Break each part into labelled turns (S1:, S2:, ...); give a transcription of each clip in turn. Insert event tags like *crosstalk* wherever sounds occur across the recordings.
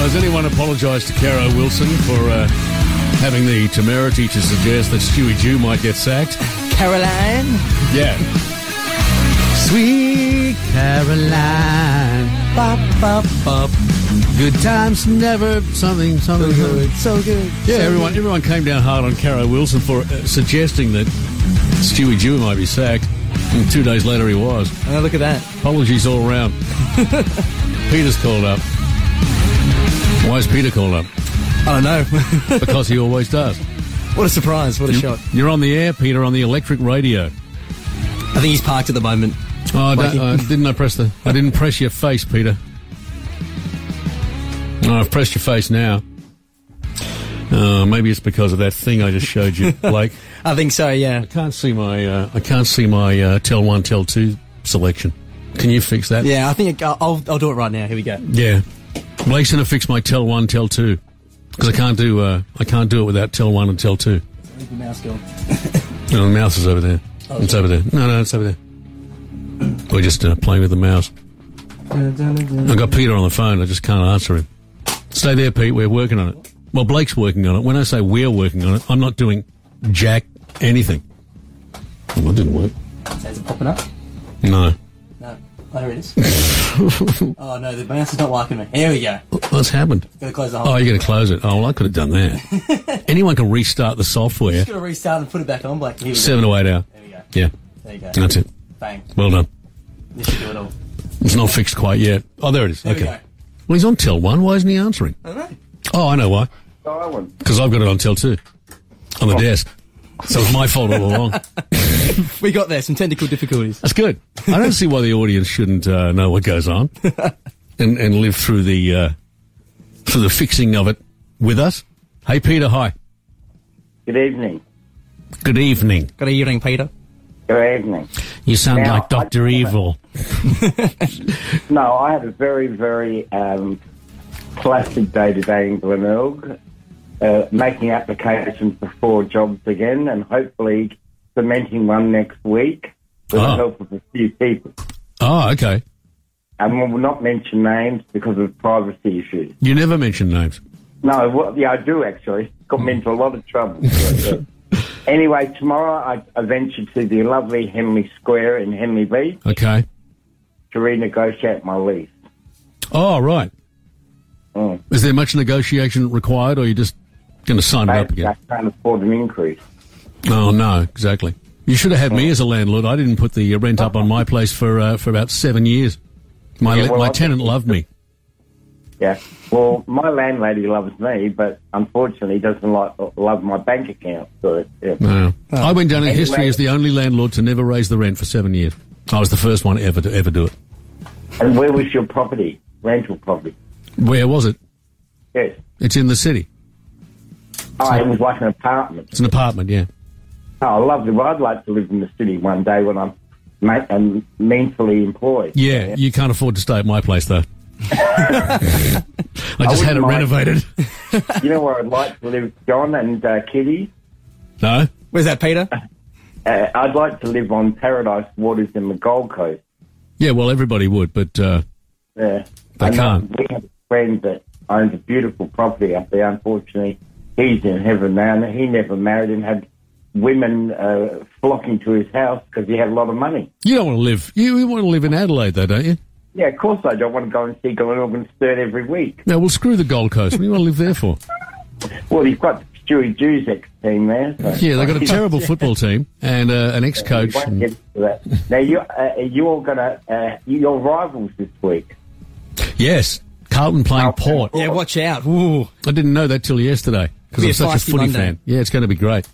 S1: Has anyone apologised to Caro Wilson for uh, having the temerity to suggest that Stewie Jew might get sacked?
S2: Caroline.
S1: Yeah.
S2: Sweet Caroline. Bop, bop, bop. Uh, Good times never something, something good. So good.
S1: Uh-huh. Yeah,
S2: so
S1: everyone
S2: good.
S1: everyone came down hard on Caro Wilson for uh, suggesting that Stewie Jew might be sacked. And two days later he was.
S3: Oh, look at that.
S1: Apologies all
S2: *laughs*
S1: round. Peter's called up. Why is Peter called
S2: *laughs*
S1: up?
S3: I don't know.
S1: Because he always does.
S3: Oh, *laughs* what a surprise.
S1: Hmm.
S3: What a shot.
S1: You're on the air, Peter, on the electric radio.
S3: I think he's parked at the moment.
S1: Oh, I
S3: Mikey.
S1: don't- I didn't I press the? I didn't press your face, Peter. No, I've pressed your face now. Uh, maybe it's because of that thing I just showed
S3: *laughs*
S1: you, Blake.
S3: I think so, yeah.
S1: I can't see my. Uh, I can't see my uh, tell one, tell two selection. Can you fix that?
S3: Yeah, I think I'll, I'll, I'll do it right now. Here we go.
S1: Yeah. Blake's gonna fix my tell one, tell two, because I can't do. Uh, I can't do it without tell one and tell two.
S3: Where's the mouse *laughs* gone?
S1: No, the mouse is over there.
S3: Oh,
S1: It's over there. No, no, it's over there. We're just uh, playing with the mouse. I've got Peter on the phone. I just can't answer him. Stay there, Pete. We're working on it. Well, Blake's working on it. When I say we're working on it, I'm not doing jack anything. Well, that didn't work.
S3: Is it popping up?
S1: No.
S3: No. Oh, there it *laughs* is. oh, no, the mouse is not liking me. Here we go.
S1: What's happened?
S3: Gotta close the whole
S1: Oh, you're going to close it. Oh, well, I could have done *laughs* that. Anyone can restart the software
S3: Just gotta restart and put it back on, Blake. Here we
S1: seven
S3: go.
S1: to eight hour.
S3: There we go.
S1: Yeah,
S3: There you go.
S1: that's it.
S3: Bang.
S1: Well done.
S3: This should do it all.
S1: It's not fixed quite yet. Oh, there it is.
S3: There we
S1: okay.
S3: go.
S1: Well, he's on Tel 1. Why isn't he answering?
S3: I don't know.
S1: Oh, I know why.
S4: Darwin.
S1: Because I've got it on Tel 2 on the desk. So it's my fault all *laughs* along.
S3: We got there. Some technical difficulties.
S1: That's good. I don't see why the audience shouldn't uh, know what goes on and, and live through the uh, through the fixing of it with us. Hey, Peter. Hi.
S4: Good evening.
S1: Good evening.
S3: Got a earring, Peter.
S4: Good evening.
S1: You sound
S4: Now,
S1: like
S4: I-
S1: Doctor Evil.
S4: No, I had a very, very um, placid day today in Glenelg, uh, making applications for four jobs again and hopefully cementing one next week with
S1: Ah.
S4: the help of a few people.
S1: Oh, okay.
S4: And we'll not mention names because of privacy issues.
S1: You never mention names.
S4: No, well, yeah, I do actually. Got me into a lot of trouble. anyway, tomorrow I, I venture to the lovely Henley Square in Henley Beach
S1: Okay.
S4: to renegotiate my lease.
S1: Oh, right.
S4: Mm.
S1: Is there much negotiation required, or are you just going to sign it up
S4: Basically, I
S1: again?
S4: can't afford an increase.
S1: Oh no, exactly. You should have had
S4: Mm.
S1: me as a landlord. I didn't put the uh, rent up on my place for uh, for about seven years. My
S4: Yeah,
S1: le-
S4: well,
S1: my
S4: I-
S1: tenant loved me.
S4: Yeah. Well, my landlady loves me, but unfortunately doesn't like love my bank account. So yeah.
S1: No. I went down in
S4: Anyway.
S1: history as the only landlord to never raise the rent for seven years. I was the first one ever to ever do it.
S4: And where was your property? Rental property.
S1: Where was it?
S4: Yes.
S1: It's in the city.
S4: Oh, it was like an apartment.
S1: It's an apartment. Yeah.
S4: Oh, lovely. Well, I'd like to live in the city one day when I'm ma- and mentally employed.
S1: Yeah. You can't afford to stay at my place though. I just had
S4: wouldn't
S1: it
S4: mind.
S1: renovated. *laughs*
S4: You know where I'd like to live, John and uh, Kitty?
S1: no.
S3: Where's that, Peter?
S4: Uh, I'd like to live on Paradise Waters in the Gold Coast.
S1: Yeah. Well, everybody would, but uh,
S4: Yeah.
S1: They
S4: I know
S1: can't.
S4: We have a friend that owns a beautiful property up there. Unfortunately, he's in heaven now, and he never married and had women uh, flocking to his house because he had a lot of money.
S1: you don't want to live. You, you want to live in Adelaide though, don't you?
S4: Yeah, of course I don't want to go and see Glenelg's third every week.
S1: No. Well, screw the Gold Coast. What do you want to live there for?
S4: Well, he's got Stewie Jew's ex team there. So
S1: Yeah, they've got a terrible football team and uh, an
S4: We
S1: ex-coach.
S4: won't
S1: And,
S4: get into that. Now you, uh, you all gonna uh, your rivals this week.
S1: yes, Carlton playing
S4: Carlton.
S1: Port.
S3: yeah, watch out. Ooh.
S1: I didn't know that till yesterday because
S3: Be
S1: I'm
S3: a
S1: such a
S3: feisty
S1: footy
S3: Monday.
S1: fan. Yeah, it's going to be great.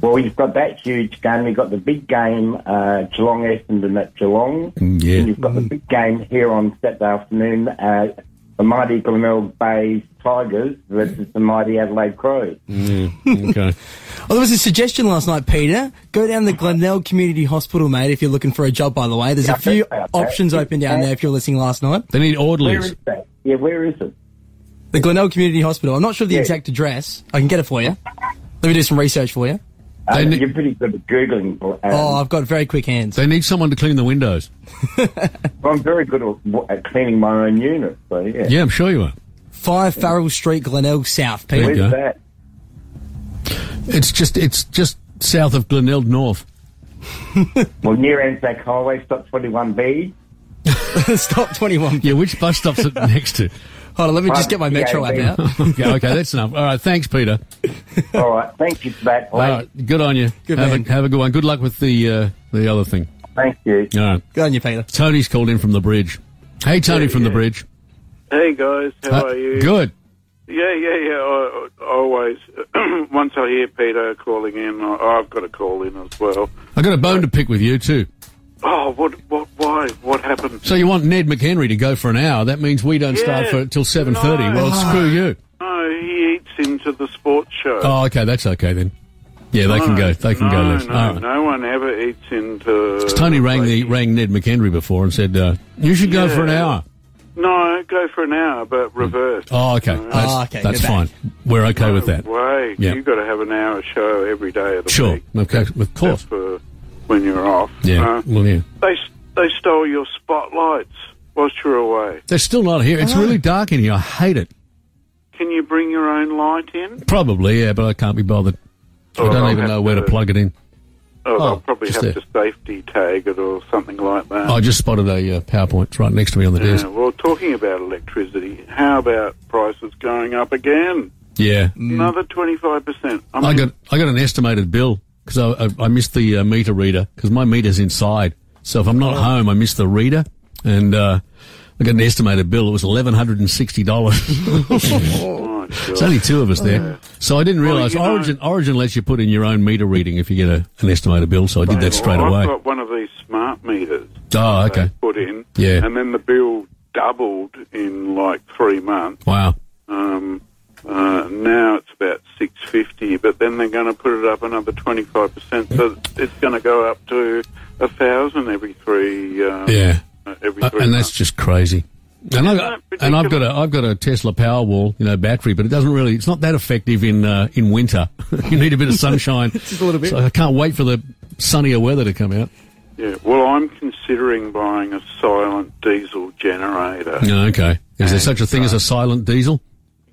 S4: Well, you've got that huge game. You've got the big game, uh, Geelong Essendon at Geelong.
S1: Mm, yeah.
S4: And you've got the big game here on Saturday afternoon, uh, the mighty Glenelg Bays Tigers versus the mighty Adelaide Crows.
S1: Mm. Okay.
S3: Oh, there was a suggestion last night, Peter. Go down to Glenelg Community Hospital, mate, if you're looking for a job, by the way. There's
S4: Yeah,
S3: a few
S4: I heard about that.
S3: options open down there if you're listening last night.
S1: They need
S4: Where
S1: orderlies.
S4: is that? Yeah, where is it?
S3: The Glenelg Community Hospital. I'm not sure of the
S4: Yeah.
S3: exact address. I can get it for you. Let me do some research for you.
S4: Uh,
S1: They ne-
S4: you're pretty good at Googling. Um,
S3: Oh, I've got very quick hands.
S1: They need someone to clean the windows.
S4: I'm very good at, at cleaning my own unit, so yeah.
S1: Yeah, I'm sure you are.
S3: Five Farrell Street, Glenelg South, Peter.
S1: There you
S4: Where's
S1: go.
S4: that?
S1: It's just it's just south of Glenelg North.
S4: Well, near Anzac Highway, stop
S1: *laughs*
S4: 21B.
S3: *laughs* Stop 21.
S1: Yeah, which bus stop's it *laughs* next to?
S3: Hold on, let me just
S4: Right,
S3: get my
S4: yeah,
S3: Metro
S4: baby.
S3: app out.
S1: okay, okay, that's enough. All right, thanks, Peter.
S4: All right. Thank you for that.
S1: All right, good on you.
S3: Good
S1: have,
S3: man.
S1: a, have a good one. Good luck with the uh, the other thing.
S4: Thank you.
S1: All right,
S3: Go on, you Peter. *laughs*
S1: Tony's called in from the bridge. Hey, Tony from the bridge.
S5: Hey guys, how
S1: Uh,
S5: are you?
S1: Good.
S5: Yeah, yeah, yeah. I, I always, *clears throat* once I hear Peter calling in, I, I've got to call in as well.
S1: I got a bone to pick with you too.
S5: Oh, what, what, why, what happened?
S1: So you want Ned McHenry to go for an hour? That means we don't start
S5: Yeah.
S1: for till seven thirty.
S5: No.
S1: Well, screw you.
S5: No, he eats into the sports show.
S1: Oh, okay, that's okay then. Yeah, they
S5: No,
S1: can go. They can
S5: no,
S1: go. Left.
S5: No,
S1: All right.
S5: no one ever eats into.
S1: Tony rang the rang Ned McHenry before and said uh, you should go for an
S5: Yeah.
S1: hour.
S5: No, go for an hour, but reverse.
S1: Oh, okay. That's,
S3: okay,
S1: that's
S3: you're
S1: fine.
S3: back.
S1: We're okay with that.
S5: Way,
S1: Yeah.
S5: you've got to have an hour show every day of the
S1: Sure.
S5: week.
S1: Okay. Of course.
S5: except for when you're off.
S1: Yeah.
S5: Uh,
S1: well, yeah.
S5: they s- they stole your spotlights whilst you were away.
S1: They're still not here. It's really dark in here. I hate it.
S5: Can you bring your own light in?
S1: Probably, yeah, but I can't be bothered.
S5: Or
S1: I don't
S5: Oh, I'll
S1: even
S5: have
S1: know where to plug it in.
S5: Oh,
S1: Oh,
S5: I'll probably
S1: just
S5: have to
S1: there.
S5: safety tag it or something like that.
S1: I just spotted a uh, PowerPoint It's right next to me on the
S5: yeah,
S1: desk.
S5: well, talking about electricity, how about prices going up again?
S1: Yeah.
S5: Another 25%. I, mean,
S1: Mm. I got I got an estimated bill because I, I I missed the uh, meter reader because my meter's inside. So if I'm
S5: Oh.
S1: not home, I miss the reader, and uh, I got an estimated bill. It was eleven hundred and
S5: *laughs*
S1: sixty dollars.
S5: my God.
S1: *laughs* It's only two of us there, so I didn't realise
S5: you know-
S1: Origin Origin lets you put in your own meter reading if you get a, an estimated bill. So I did that straight
S5: Well,
S1: away.
S5: I've got one of these smart meters.
S1: Oh,
S5: they
S1: okay.
S5: Put in.
S1: Yeah.
S5: And then the bill doubled in like three months.
S1: Wow.
S5: Um, uh, now it's about six fifty, but then they're going to put it up another twenty five percent, so it's going to go up to a thousand every three. Um,
S1: Yeah.
S5: uh, Every
S1: Uh,
S5: three.
S1: and that's just crazy. And I got,
S5: Isn't that
S1: and I've got
S5: ridiculous?
S1: a I've got a Tesla Powerwall, you know, battery, but it doesn't really it's not that effective in uh, in winter. *laughs* you need a bit of sunshine. just
S3: a little bit.
S1: So I can't wait for the sunnier weather to come out.
S5: months. yeah. Well, I'm considering buying a silent diesel generator.
S1: No, okay. Is there
S5: And,
S1: such a thing as a silent diesel?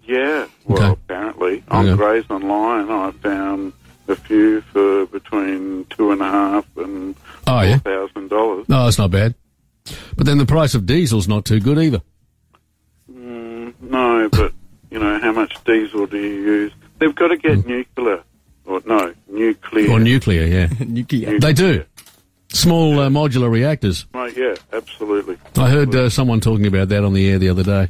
S5: Yeah. Well,
S1: Okay.
S5: apparently on
S1: Okay.
S5: Grays Online, I found a few for between two and a half and
S1: Oh, yeah.
S5: four thousand dollars.
S1: No, that's not bad. But then the price of diesel's not too good either.
S5: No, but you know how much diesel do you use? They've got to get nuclear, or no, nuclear.
S1: Hmm. Or nuclear, yeah.
S3: *laughs* Nuclear.
S1: They do. Small uh, modular reactors.
S5: Right, yeah, absolutely.
S1: I heard uh, someone talking about that on the air the other day.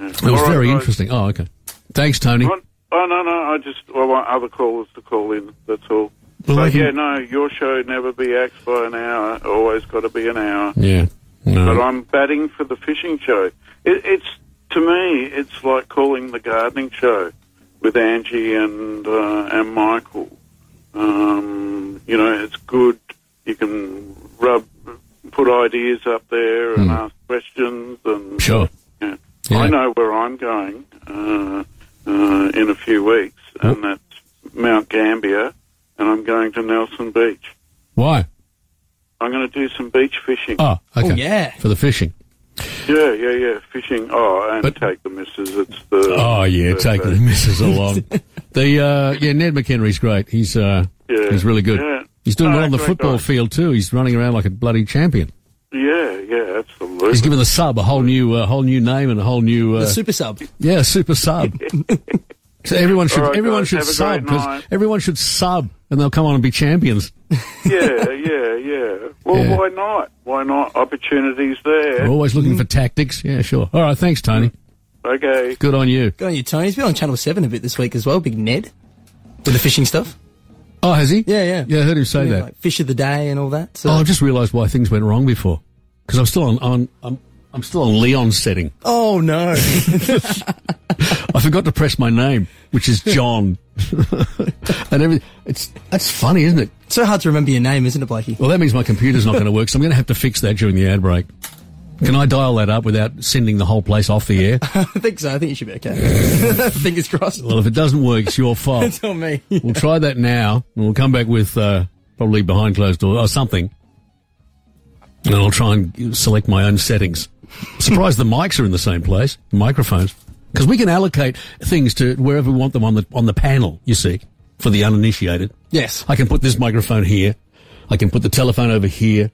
S1: It was very interesting. Oh, okay. Thanks, Tony.
S5: Oh no, no, I just I want other callers to call in. That's all.
S1: Well, I
S5: but
S1: can-
S5: yeah, no, your show never be axed by an hour. Always got to be an hour.
S1: Yeah. No.
S5: But I'm batting for the fishing show. It, it's to me, it's like calling the gardening show with Angie and uh, and Michael. Um, you know, it's good. You can rub, put ideas up there and ask questions. And
S1: Mm. Sure.
S5: yeah.
S1: Yeah.
S5: I know where I'm going uh, uh, in a few weeks, and that's Mount Gambier, and I'm going to Nelson Beach.
S1: Why?
S5: I'm going to do some beach fishing.
S1: Oh, okay.
S3: Oh, yeah.
S1: For the fishing.
S5: Yeah, yeah, yeah. Fishing. Oh, and
S1: But-
S5: take the missus. It's the.
S1: Oh yeah, taking the missus along. *laughs* the uh, yeah, Ned McHenry's great. He's uh,
S5: Yeah.
S1: he's really good.
S5: Yeah.
S1: He's doing
S5: No,
S1: well on the
S5: great
S1: football
S5: guy.
S1: field too. He's running around like a bloody champion.
S5: Yeah, yeah, absolutely.
S1: He's given the sub a whole new uh, whole new name and a whole new uh,
S3: The super sub.
S1: yeah super sub. *laughs* so everyone should
S5: All right,
S1: everyone
S5: guys,
S1: should
S5: have a great
S1: sub because
S5: night.
S1: everyone should sub and they'll come on and be champions.
S5: yeah, yeah, yeah. Well,
S1: Yeah.
S5: why not? Why not? Opportunities there.
S1: We're always
S5: Mm-hmm.
S1: looking for tactics. Yeah, sure. All right, thanks, Tony.
S5: Okay.
S1: Good on you.
S3: Go on, you Tony. He's been on Channel 7 a bit this week as well, Big Ned. With the fishing stuff.
S1: Oh, has he?
S3: Yeah, yeah.
S1: Yeah, I heard him say
S3: Yeah,
S1: that.
S3: like fish of the day and all that. So.
S1: Oh, I've just realised why things went wrong before. Because I'm still on, on I'm, I'm still on Leon's setting.
S3: Oh, no. *laughs*
S1: I forgot to press my name, which is John. *laughs* and every, it's that's funny, isn't it?
S3: so hard to remember your name, isn't it, Blakey? *laughs*
S1: Well, that means my computer's not going to work, so I'm going to have to fix that during the ad break. Can I dial that up without sending the whole place off the air?
S3: I think so. I think you should be okay. *laughs*
S1: *laughs*
S3: Fingers crossed.
S1: Well, if it doesn't work, it's your fault.
S3: It's on me.
S1: We'll try that now, and we'll come back with uh, probably behind closed doors or something. And I'll try and select my own settings. Surprised the mics are in the same place, microphones. Because we can allocate things to wherever we want them on the on the panel. You see, for the uninitiated,
S3: Yes.
S1: I can put this microphone here. I can put the telephone over here.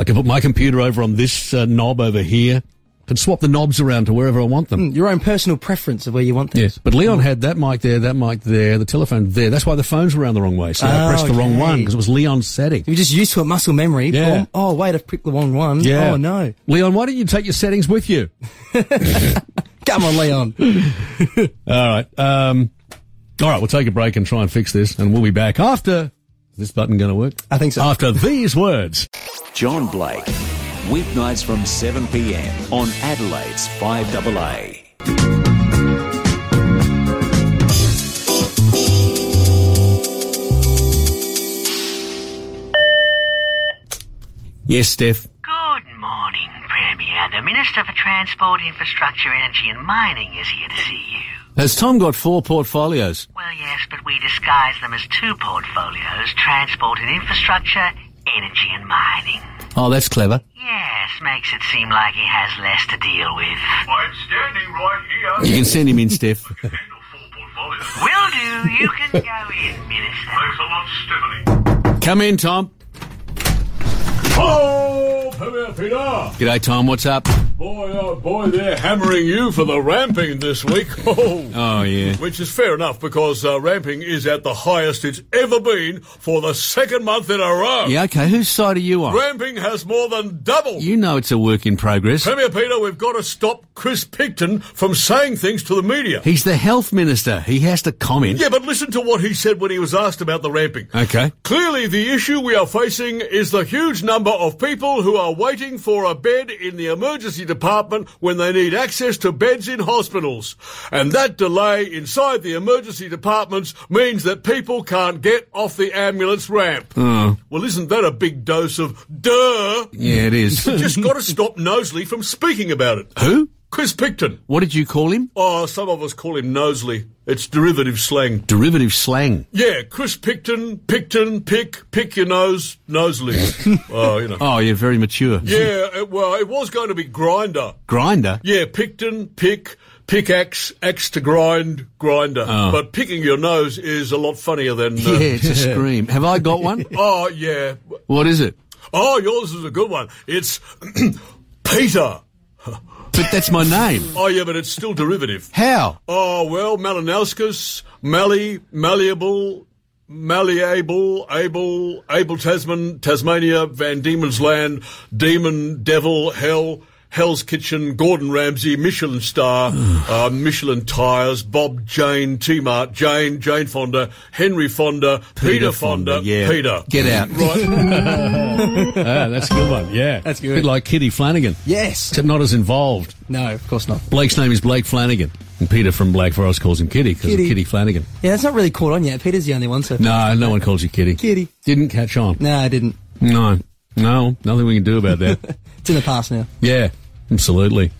S1: I can put my computer over on this uh, knob over here. Can swap the knobs around to wherever I want them.
S3: Your own personal preference of where you want things.
S1: Yes, but Leon had that mic there, that mic there, the telephone there. That's why the phones were around the wrong way. So I
S3: Oh,
S1: pressed the wrong
S3: okay.
S1: one because it was Leon's setting.
S3: You're just used to it, muscle memory.
S1: Yeah.
S3: Oh, oh, wait, I've picked the wrong one. Oh, no.
S1: Leon, why don't you take your settings with you?
S3: Come on,
S1: *laughs*
S3: Leon.
S1: All right. Um, all right, we'll take a break and try and fix this, and we'll be back after. Is this button going to work?
S3: I think so.
S1: After these words.
S6: John Blake. Weeknights from 7 p.m. on Adelaide's 5AA.
S1: Yes, Steph.
S7: Good morning, Premier. The Minister for Transport, Infrastructure, Energy and Mining is here to see you.
S1: Has Tom got four portfolios?
S7: Well, yes, but we disguise them as two portfolios transport and infrastructure, energy and mining.
S1: Oh, that's clever.
S7: Yes, makes it seem like he has less to deal with.
S8: I'm standing right
S1: You
S8: here.
S1: can send him in, Steph.
S8: Handle full portfolio.
S7: Will do. You can go in, Minister.
S8: Thanks a lot, Stephanie.
S1: Come in, Tom.
S8: Oh, Premier Peter.
S1: G'day, Tom. What's up?
S8: Boy, oh boy, they're hammering you for the ramping this week. *laughs* Oh.
S1: Oh, yeah.
S8: Which is fair enough because uh, ramping is at the highest it's ever been for the second month in a row.
S1: Yeah, okay. Whose side are you on?
S8: Ramping has more than doubled.
S1: You know it's a work in progress.
S8: Premier Peter, we've got to stop Chris Picton from saying things to the media.
S1: He's the health minister. He has to comment.
S8: Yeah, but listen to what he said when he was asked about the ramping.
S1: Okay.
S8: Clearly, the issue we are facing is the huge number of people who are waiting for a bed in the emergency department when they need access to beds in hospitals. And that delay inside the emergency departments means that people can't get off the ambulance ramp.
S1: Hmm.
S8: Well, isn't that a big dose of duh?
S1: Oh, Yeah, it
S8: *laughs*
S1: is.
S8: Just got to stop Nosley from speaking about it.
S1: Who?
S8: Chris Picton.
S1: What did you call him?
S8: Oh, some of us call him Nosley. It's derivative slang.
S1: Derivative slang.
S8: Yeah, Chris Picton, Picton, Pick, Pick Your Nose, Nosley. oh, you know.
S1: Oh, you're very mature.
S8: Yeah, it, well, it was going to be Grinder.
S1: Grinder.
S8: Yeah, Picton, Pick, Pickaxe, Axe to Grind, Grinder. But picking your nose is a lot funnier than. Uh,
S1: Yeah, it's a scream. Have I got one?
S8: Oh, yeah.
S1: What is it?
S8: Oh, yours is a good one. It's *clears throat* Peter.
S1: But that's my name.
S8: Oh, yeah, but it's still derivative.
S1: How?
S8: Oh, well, Malinowskis, Mallee, Malleable, Malleable, Able, Able Tasman, Tasmania, Van Diemen's Land, Demon, Devil, Hell, Hell's Kitchen, Gordon Ramsay, Michelin *sighs* Star, uh, Michelin Tires, Bob Jane, T Mart, Jane, Jane Fonda, Henry Fonda, Peter, Fonda,
S1: yeah.
S8: Peter.
S1: Get out.
S8: *laughs* Right.
S1: *laughs* Ah, that's a good one. Yeah.
S3: That's good.
S1: bit like Kitty Flanagan, *laughs*
S3: yes.
S1: except not as involved.
S3: No, of course not.
S1: Blake's name is Blake Flanagan. And Peter from Black Forest calls him Kitty because of
S3: Kitty.
S1: Kitty Flanagan.
S3: Yeah, that's not really caught on yet. Peter's the only one so far.
S1: No, no one calls you Kitty.
S3: Kitty.
S1: Didn't catch on.
S3: No, I didn't.
S1: No. No, nothing we can do about that.
S3: *laughs* It's in the past now.
S1: yeah, absolutely.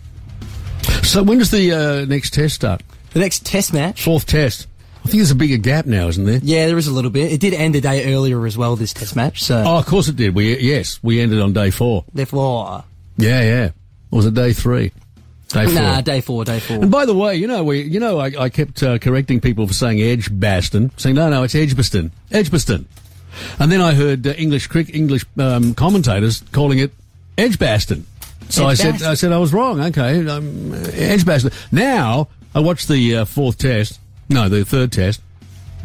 S1: So when does the uh, next test start?
S3: The next test match.
S1: Fourth test. I think there's a bigger gap now, isn't there?
S3: Yeah, there is a little bit. It did end a day earlier as well, this test match, so
S1: Oh, of course it did. We yes, we ended on day four.
S3: therefore.
S1: Yeah, yeah. Or was it day three? Day four.
S3: Nah, day four, day four.
S1: and by the way, you know, we, you know, I, I kept uh, correcting people for saying Edgebaston, saying no, no, it's Edgbaston, Edgbaston, and then I heard uh, English crick English um, commentators calling it Edgebaston. So I said,
S3: Edgbaston.
S1: I said I was wrong. Okay, um, Edgebaston. Now I watched the uh, fourth test, no, the third test,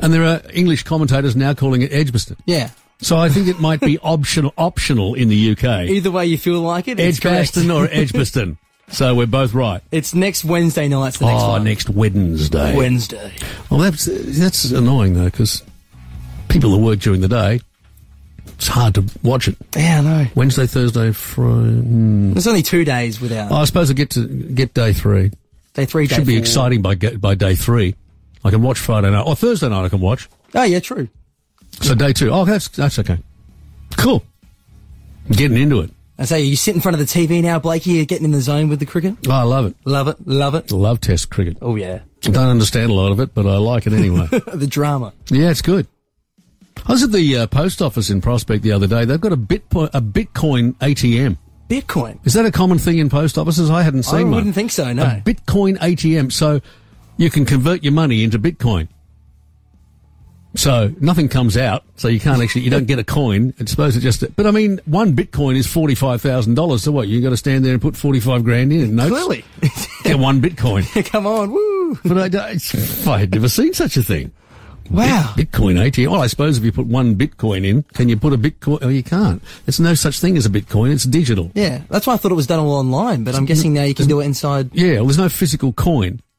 S1: and there are English commentators now calling it Edgbaston.
S3: Yeah.
S1: So I think it might
S3: *laughs*
S1: be optional optional in the UK.
S3: Either way you feel like it, it's correct.
S1: Edgbaston or Edgbaston. So we're both right.
S3: *laughs* It's next Wednesday night's the next
S1: oh,
S3: one.
S1: next Wednesday.
S3: Wednesday.
S1: well, that's that's annoying though because people that work during the day, it's hard to watch it.
S3: Yeah, I know.
S1: Wednesday, Thursday, Friday. hmm.
S3: There's only two days without.
S1: I suppose I get to get day three.
S3: day three, day
S1: Should be
S3: four.
S1: exciting by ga- by day three. I can watch Friday night or Thursday night. I can watch.
S3: Oh, yeah, true.
S1: So day two. Oh, that's that's okay. Cool. Getting into it.
S3: I say, you sit in front of the TV now, Blakey, you're getting in the zone with the cricket.
S1: Oh, I love it.
S3: Love it, love it.
S1: Love Test cricket.
S3: Oh, yeah. *laughs*
S1: I don't understand a lot of it, but I like it anyway.
S3: the drama.
S1: yeah, it's good. I was at the uh, post office in Prospect the other day. They've got a Bitcoin, a Bitcoin ATM.
S3: Bitcoin.
S1: Is that a common thing in post offices? I hadn't seen
S3: I
S1: one.
S3: wouldn't think so. No.
S1: A Bitcoin ATM. So you can convert your money into Bitcoin. So nothing comes out. So you can't actually, you don't get a coin. I suppose it just, but I mean, one Bitcoin is $45,000. So what? you got to stand there and put 45 grand in and notes?
S3: Clearly. *laughs*
S1: Get one Bitcoin.
S3: Come on. Woo.
S1: But I, don't- I had never seen such a thing.
S3: Wow.
S1: Bitcoin ATM. Well, I suppose if you put one Bitcoin in, can you put a Bitcoin? Oh, you can't. There's no such thing as a Bitcoin. It's digital.
S3: Yeah, that's why I thought it was done all online, but I'm guessing now you can do it inside.
S1: Yeah, well, there's no physical coin.
S3: *laughs*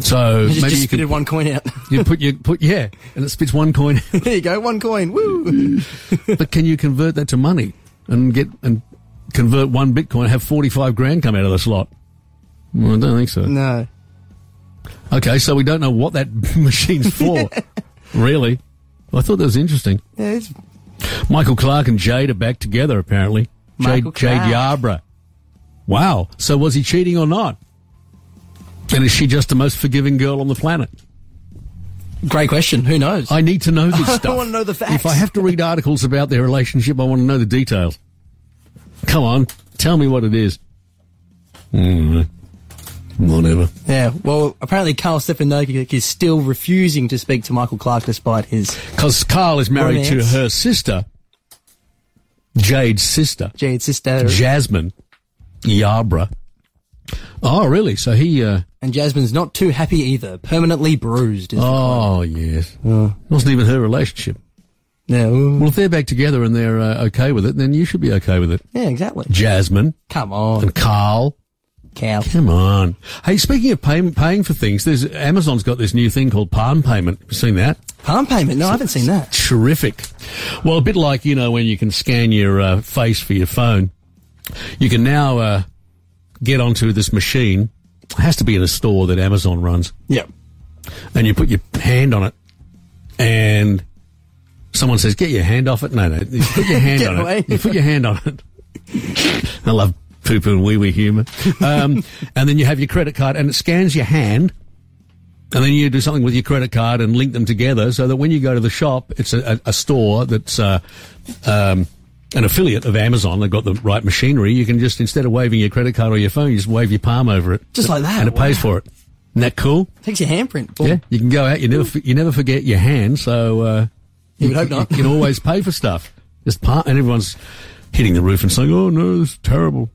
S1: So
S3: You just,
S1: maybe
S3: just
S1: you
S3: spitted
S1: could
S3: one coin
S1: *laughs*
S3: out.
S1: you put you put yeah, and it spits one
S3: *laughs*
S1: coin.
S3: there you go, one coin. Woo.
S1: but can you convert that to money and get and convert one Bitcoin? and Have forty five grand come out of the slot? Well, I don't think so.
S3: *laughs* No.
S1: Okay, so we don't know what that *laughs* machine's
S3: *laughs*
S1: for, really. Well, I thought that was interesting.
S3: Yeah, it's
S1: Michael Clark and Jade are back together, apparently. Jade,
S3: Michael
S1: Jade Yarbrough. Wow. So was he cheating or not? And is she just the most forgiving girl on the planet?
S3: great question. Who knows?
S1: I need to know this
S3: *laughs* I
S1: stuff.
S3: wanna know the facts.
S1: If I have to read articles about their relationship, I want to know the details. Come on, tell me what it is. Mm, whatever.
S3: yeah. Well, apparently Carl Stefanovic is still refusing to speak to Michael Clark despite his
S1: Because Carl is married
S3: Romance.
S1: to her sister, Jade's sister.
S3: Jade's sister.
S1: Jasmine Yarbrough. Oh, really? So he. Uh,
S3: and Jasmine's not too happy either. Permanently bruised. Is
S1: oh, yes. It wasn't even her relationship.
S3: yeah. ooh.
S1: Well, if they're back together and they're uh, okay with it, then you should be okay with it.
S3: Yeah, exactly.
S1: Jasmine
S3: Come on,
S1: and Carl.
S3: Cal.
S1: Come on. Hey, speaking of pay- paying for things, there's Amazon's got this new thing called Palm Payment. You seen that?
S3: Palm payment. No, I haven't seen that.
S1: Terrific. Well, a bit like, you know, when you can scan your uh, face for your phone, you can now uh, get onto this machine. It has to be in a store that Amazon runs.
S3: Yeah.
S1: and you put your hand on it, and someone says, "Get your hand off it." No, no, you put
S3: *laughs*
S1: your hand
S3: Get
S1: on
S3: away.
S1: it. You put your hand on it. I love poo poo and wee wee humour. Um, and then you have your credit card, and it scans your hand. And then you do something with your credit card and link them together, so that when you go to the shop, it's a, a, a store that's uh, um, an affiliate of Amazon. They've got the right machinery. You can just instead of waving your credit card or your phone, you just wave your palm over it,
S3: Just like that.
S1: and it pays
S3: Wow.
S1: for it. Isn't that cool?
S3: Takes your handprint.
S1: Yeah, you can go out. You never you never forget your hand, so uh,
S3: You would hope not.
S1: you can always pay for stuff. Just part, and everyone's hitting the roof and saying, "Oh no, this is terrible."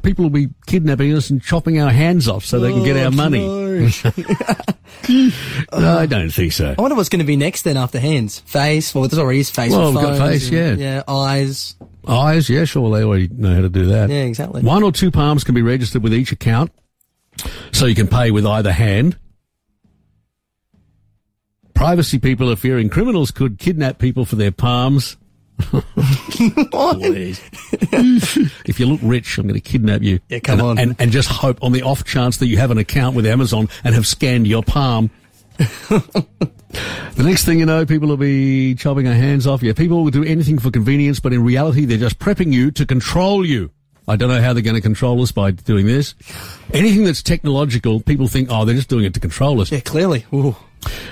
S1: People will be kidnapping us and chopping our hands off so they can get
S3: Oh,
S1: our money. No, I don't think so.
S3: I wonder what's going to be next then after hands. Face. Well, there's already is face.
S1: Well,
S3: with
S1: we've got
S3: phones
S1: face,
S3: and-
S1: yeah.
S3: Yeah. Eyes. *laughs*
S1: Eyes, yeah, sure. Well, they already know how to do that.
S3: Yeah, exactly.
S1: One or two palms can be registered with each account, so you can pay with either hand. Privacy people are fearing criminals could kidnap people for their palms. Please. if you look rich, I'm going to kidnap you.
S3: Yeah, come
S1: and,
S3: on.
S1: And, and just hope on the off chance that you have an account with Amazon and have scanned your
S3: *laughs*
S1: palm. The next thing you know, people will be chopping their hands off you. People will do anything for convenience, but in reality, they're just prepping you to control you. I don't know how they're going to control us by doing this. Anything that's technological, people think, oh, they're just doing it to control us.
S3: Yeah, clearly. Ooh.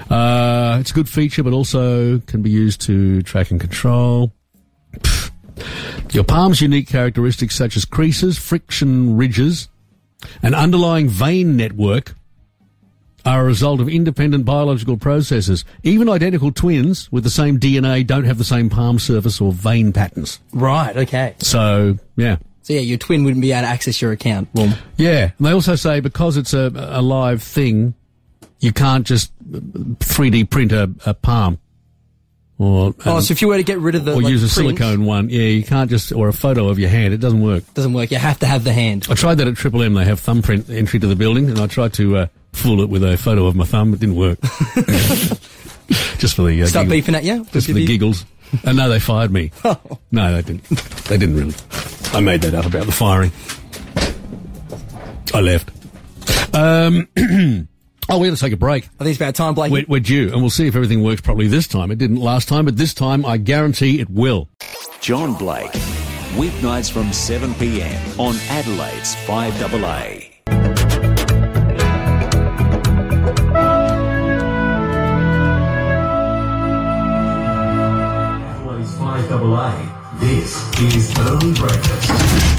S1: Uh, it's a good feature, but also can be used to track and control. Pfft. Your palm's unique characteristics, such as creases, friction ridges, and underlying vein network, are a result of independent biological processes. Even identical twins with the same DNA don't have the same palm surface or vein patterns.
S3: Right. Okay.
S1: So, yeah.
S3: So yeah, your twin wouldn't be able to access your account. Well,
S1: Yeah, and they also say because it's a, a live thing, you can't just 3D print a, a palm or
S3: oh,
S1: um,
S3: so if you were to get rid of the
S1: or
S3: like,
S1: use a
S3: print,
S1: silicone one. Yeah, you can't just or a photo of your hand. It doesn't work.
S3: doesn't work. You have to have the hand.
S1: I tried that at Triple M. They have thumbprint entry to the building, and I tried to uh, fool it with a photo of my thumb. It didn't
S3: *laughs*
S1: work. *laughs* just for the uh,
S3: Start
S1: giggles.
S3: beeping at you.
S1: just for the giggles. Oh. And *laughs* no, they fired me. No, they didn't. They didn't really. I made that up about the firing. I left. Um, *clears throat* oh, we got to take a break.
S3: I think it's about time, Blake.
S1: We're, we're due, and we'll see if everything works properly this time. It didn't last time, but this time I guarantee it will.
S6: John Blake. Weeknights from 7 p.m. on Adelaide's 5AA.
S9: Adelaide's 5AA This is Early Breakfast.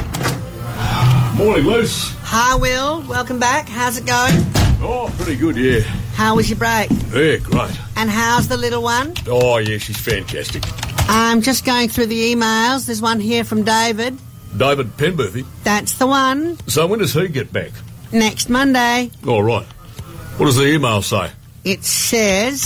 S8: Morning, Luce.
S10: Hi, Will. Welcome back. How's it going?
S8: Oh, pretty good, yeah.
S10: How was your break?
S8: Yeah, great.
S10: And how's the little one?
S8: Oh, yeah, she's fantastic.
S10: I'm just going through the emails. There's one here from David.
S8: David Penberthy.
S10: That's the one.
S8: So when does he get back?
S10: Next Monday.
S8: All right. What does the email say?
S10: It says,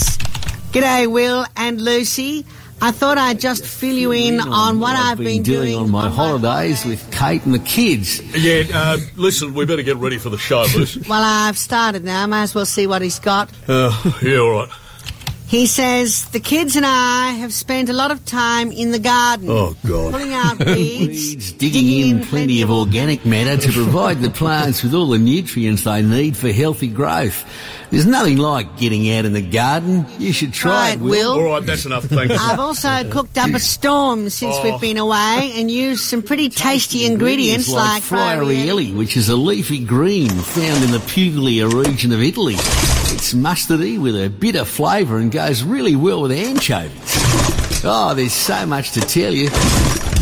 S10: G'day, Will and Lucy. I thought I'd just fill you in on what I've been doing.
S2: on my holidays with Kate and the kids.
S8: Yeah, uh, listen, we better get ready for the show, Luce.
S10: Well, I've started now. I may as well see what he's got.
S8: Uh, *laughs* yeah, all right.
S10: He says, The kids and I have spent a lot of time in the garden.
S2: Oh, God.
S10: Pulling
S2: *laughs*
S10: out weeds.
S2: It's digging in plenty of organic matter to provide the plants with all the nutrients they need for healthy growth. There's nothing like getting out in the garden. You should try
S10: Right,
S2: it,
S10: Will.
S2: Will.
S10: All
S8: right, that's enough. Thanks.
S10: *laughs* I've also cooked up a storm since
S2: Oh.
S10: we've been away and used some pretty tasty ingredients like
S2: friarielli, which is a leafy green found in the Puglia region of Italy. It's mustardy with a bit of flavour and goes really well with anchovies. Oh, there's so much to tell you.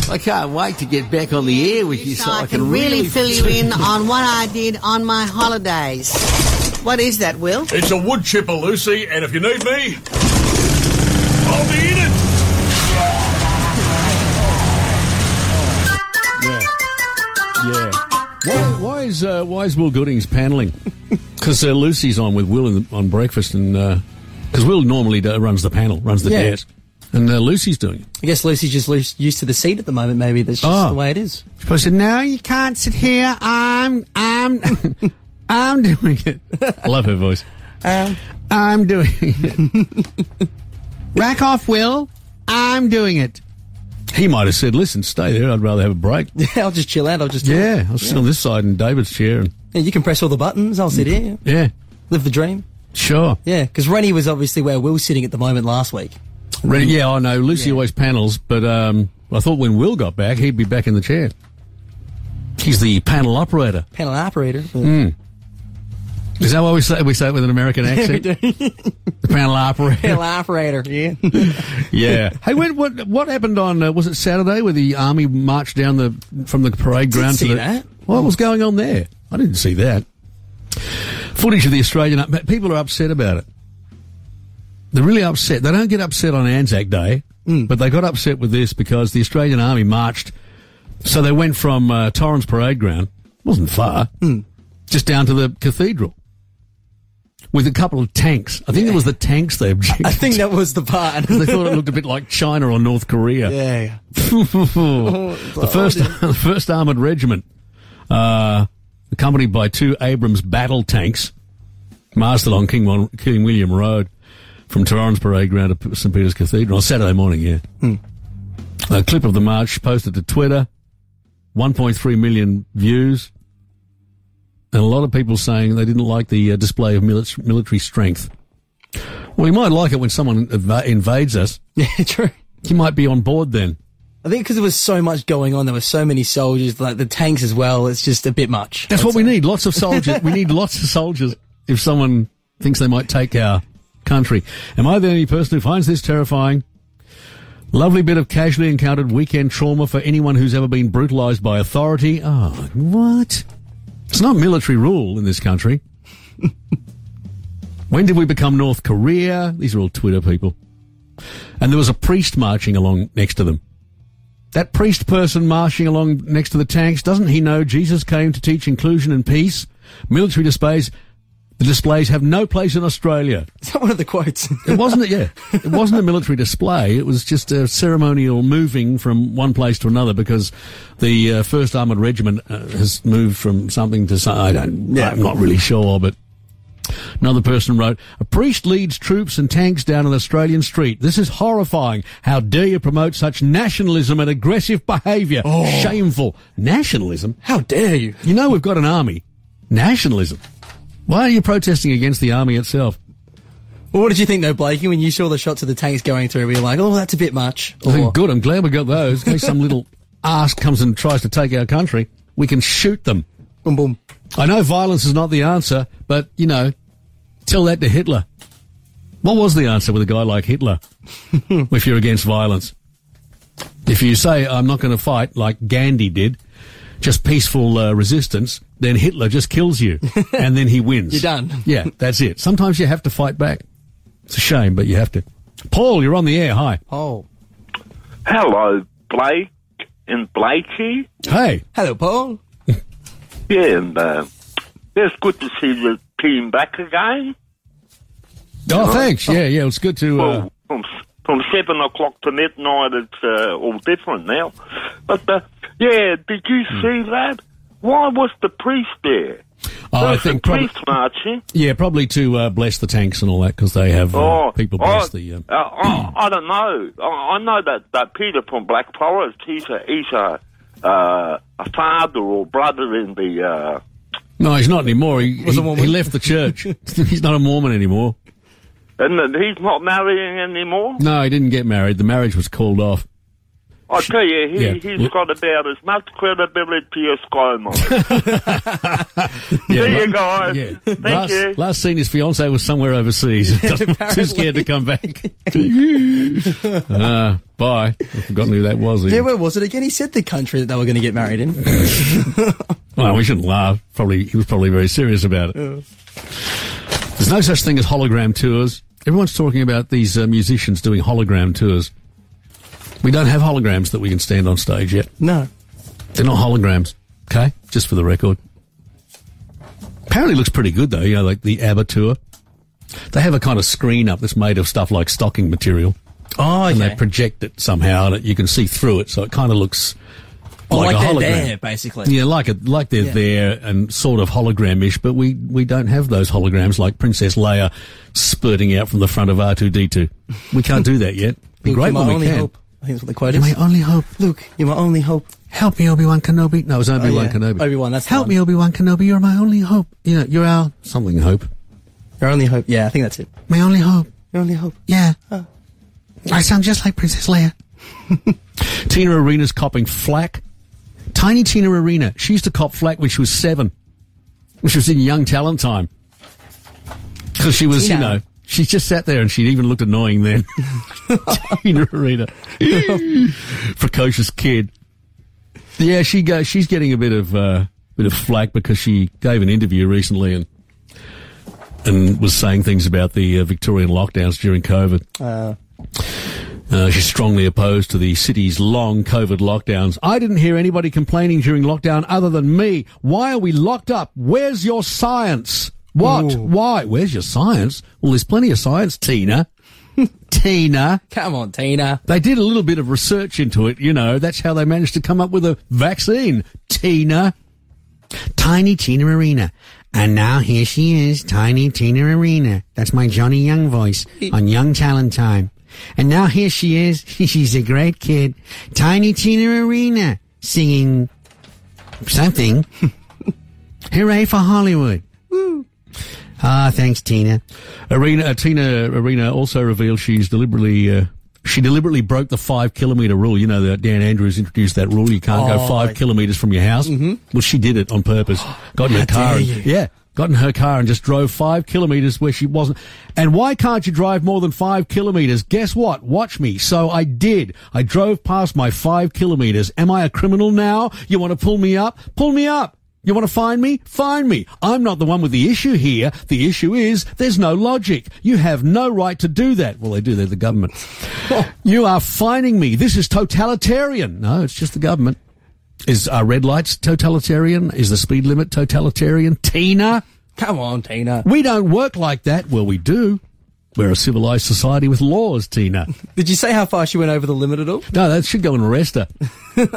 S2: I can't wait to get back on the air with you so, I can
S10: really fill you *laughs*
S2: *laughs*
S10: in on what I did on my holidays. What is that, Will?
S8: It's a wood chipper, Lucy, and if you need me, I'll be in it.
S1: Yeah. Yeah. Why, why is uh, why is Will
S8: *laughs*
S1: Gooding's panelling? Because uh, Lucy's on with Will in the, on breakfast, and because Will normally do, runs the panel, runs the
S3: Yeah.
S1: dance, and uh, Lucy's doing it.
S3: I guess Lucy's just loose- used to the seat at the moment. Maybe that's
S1: Ah.
S3: just the way it is. *laughs*
S1: I said, "No, you can't sit here. I'm, *laughs* I'm, I'm doing it." I love her voice. I'm doing it. Rack off, Will. I'm doing it. He might have said, "Listen, stay there. I'd rather have a break." Yeah,
S3: I'll just chill out. I'll
S1: *laughs*
S3: just
S1: yeah. I'll sit on this side in David's chair. And,
S3: Yeah, you can press all the buttons. I'll sit here.
S1: Yeah.
S3: Live the dream.
S1: Sure.
S3: Yeah, because Rennie was obviously where Will's sitting at the moment last week.
S1: Re- yeah, I know. Lucy always panels, but um, I thought when Will got back, he'd be back in the chair. He's the panel operator.
S3: Panel operator. but-
S1: Mm. Is that what we say? We say it with an American
S3: Yeah,
S1: *laughs*
S3: we
S1: accent. the panel operator.
S3: Panel operator. Yeah.
S1: Yeah. *laughs* hey, when, what what happened on uh, was it Saturday where the army marched down the from the parade
S2: Did
S1: ground
S2: see
S1: to the
S2: that.
S1: What was going on there? I didn't see that. Footage of the Australian but people are upset about it. They're really upset. They don't get upset on Anzac Day,
S2: Hmm.
S1: but they got upset with this because the Australian army marched. So they went from uh, Torrens Parade Ground, wasn't far,
S10: Hmm.
S1: just down to the cathedral with a couple of tanks. I think it was the
S10: *laughs*
S1: tanks they objected.
S3: *laughs* I think that was the part. *laughs*
S1: they thought it looked a bit like China or North Korea. *laughs*
S3: Yeah.
S1: the first *laughs* the first armored regiment, uh, accompanied by two Abrams battle tanks, marshaled on King, Mon- King William Road from Torrens Parade Ground to P- St Peter's Cathedral on Saturday morning. Yeah, a clip of the march posted to Twitter, 1.3 million views, and a lot of people saying they didn't like the uh, display of milit- military strength. Well, you might like it when someone inv- invades us.
S3: *laughs* Yeah, true.
S1: You might be on board then.
S3: I think because there was so much going on, there were so many soldiers, like the tanks as well. It's just a bit much. *laughs*
S1: That's what we need. Lots of soldiers. we need lots of soldiers if someone thinks they might take our country. Am I the only person who finds this terrifying? Lovely bit of casually encountered weekend trauma for anyone who's ever been brutalized by authority. Oh, what? It's not military rule in this country. *laughs* when did we become North Korea? These are all Twitter people. And there was a priest marching along next to them. That priest person marching along next to the tanks, doesn't he know Jesus came to teach inclusion and peace? Military displays, the displays have no place in Australia.
S3: Is that one of the quotes? *laughs*
S1: It wasn't, yeah, it wasn't a military display. It was just a ceremonial moving from one place to another because the uh, First Armored Regiment uh, has moved from something to something. I don't, I'm not really sure, but Another person wrote, A priest leads troops and tanks down an Australian street. This is horrifying. How dare you promote such nationalism and aggressive behaviour? Shameful. Nationalism?
S3: How dare you?
S1: You know we've got an army. Nationalism. Why are you protesting against the army itself?
S3: Well, what did you think though, Blakey, when you saw the shots of the tanks going through? Were you like, oh, that's a bit much?
S1: I think, good, I'm glad we got those. In case some little ass comes and tries to take our country, we can shoot them.
S3: Boom, boom.
S1: I know violence is not the answer, but, you know, tell that to Hitler. What was the answer with a guy like Hitler if you're against violence? If you say, I'm not going to fight like Gandhi did, just peaceful uh, resistance, then Hitler just kills you and then he wins.
S3: You're done. *laughs*
S1: Yeah, that's it. Sometimes you have to fight back. It's a shame, but you have to. Paul, you're on the air. Hi.
S3: Oh.
S11: Hello, Blake and Blakey.
S1: Hey. Oh,
S3: Hello, Paul.
S11: Yeah, and uh, it's good to see the team back again.
S1: Oh, thanks. Yeah, yeah. It's good to. Uh,
S11: From, from 7 o'clock to midnight, it's uh, all different now. But, uh, yeah, did you
S1: Hmm.
S11: see that? Why was the priest there?
S1: Oh, I
S11: There's
S1: think
S11: the
S1: probably-
S11: priest marching.
S1: yeah, probably to uh, bless the tanks and all that because they have uh,
S11: oh,
S1: people
S11: oh,
S1: bless the. Uh,
S11: uh, I, I don't know. I, I know that, that Peter from Black Forest, he's a, he's a, uh, a father or brother in the... Uh,
S1: no, he's not anymore. He, he, he left the
S11: *laughs*
S1: church. he's not a Mormon anymore.
S11: and that he's not marrying anymore?
S1: No, he didn't get married. The marriage was called off.
S11: I tell you, he,
S1: Yeah.
S11: he's got about as much credibility as
S1: *laughs*
S11: Cuomo. *laughs* See you guys. Thank
S1: last,
S11: you.
S1: last seen his fiance was somewhere
S11: *laughs*
S1: overseas. Too scared to come back. *laughs* uh, bye. I've forgotten who that was.
S3: Yeah,
S1: even.
S3: where was it again? He said the country that they were going to get married in.
S1: *laughs* Well, we shouldn't laugh. Probably he was probably very serious about it. There's no such thing as hologram tours. Everyone's talking about these uh, musicians doing hologram tours. We don't have holograms that we can stand on stage yet.
S3: No.
S1: They're not holograms. Okay, just for the record. Apparently, it looks pretty good though. You know, like the ABBA tour. They have a kind of screen up that's made of stuff like stocking material.
S3: Oh,
S1: And they project it somehow, and it, you can see through it, so it kind of looks
S3: Oh,
S1: like,
S3: like
S1: a
S3: they're
S1: hologram,
S3: there, basically.
S1: Yeah, like it, like they're
S3: Yeah.
S1: there and sort of hologram-ish, but we we don't have those holograms like Princess Leia spurting out from the front of R two D two. We can't do that yet. Be
S3: Look,
S1: great when
S3: you're my
S1: we
S3: only
S1: can.
S3: hope. I think that's what the quote
S1: You're
S3: is.
S1: my only hope.
S3: Luke, you're my only hope.
S1: Help me, Obi Wan Kenobi. No, it was Obi Wan Kenobi.
S3: Obi Wan, Oh, that's
S1: Help me, Obi Wan Kenobi. You're my only hope. Yeah, you're our something hope.
S3: Your only hope. Yeah, I think that's it.
S1: My only hope.
S3: Your only hope.
S1: Yeah.
S3: Oh.
S1: I sound just like Princess Leia. *laughs* Tina Arena's copping flack. Tiny Tina Arena. She used to cop flack when she was seven, which was in young talent time. Because she was, you
S3: Tina.
S1: know, she just sat there and she even looked annoying then. *laughs* Tina Arena. Precocious kid. Yeah, she go, she's getting a bit of uh, bit of flack because she gave an interview recently and and was saying things about the uh, Victorian lockdowns during COVID.
S3: Uh,
S1: Uh, she's strongly opposed to the city's long COVID lockdowns. I didn't hear anybody complaining during lockdown other than me. Why are we locked up? Where's your science? What? Why? Where's your science? Well, there's plenty of science, Tina. Tina.
S3: Come on, Tina.
S1: They did a little bit of research into it, you know. That's how they managed to come up with a vaccine. Tina. Tiny Tina Arena. And now here she is, Tiny Tina Arena. That's my Johnny Young voice on Young Talent Time. And now here she is. *laughs* She's a great kid. Tiny Tina Arena singing something. Hooray for Hollywood. Ah, thanks, Tina. Arena, uh, Tina Arena also revealed she's deliberately. Uh, she deliberately broke the five kilometre rule. You know that Dan Andrews introduced that rule. You can't go
S3: Oh,
S1: five
S3: I-
S1: kilometres from your house. Mm-hmm. Well, she did it on purpose. Got in her
S3: How
S1: car.
S3: dare
S1: and-
S3: you.
S1: yeah, got in her car and just drove five kilometres where she wasn't. And why can't you drive more than five kilometres? Guess what? Watch me. So I did. I drove past my five kilometres. Am I a criminal now? You want to pull me up? Pull me up. You want to find me? Find me. I'm not the one with the issue here. The issue is there's no logic. You have no right to do that. Well, they do. They're the government. you are finding me. This is totalitarian. No, it's just the government. Is our red lights totalitarian? Is the speed limit totalitarian? Tina,
S3: Come on, Tina.
S1: we don't work like that. Well, we do. We're a civilized society with laws, Tina.
S3: Did you say how far she went over the limit at all?
S1: No, that should go and arrest her.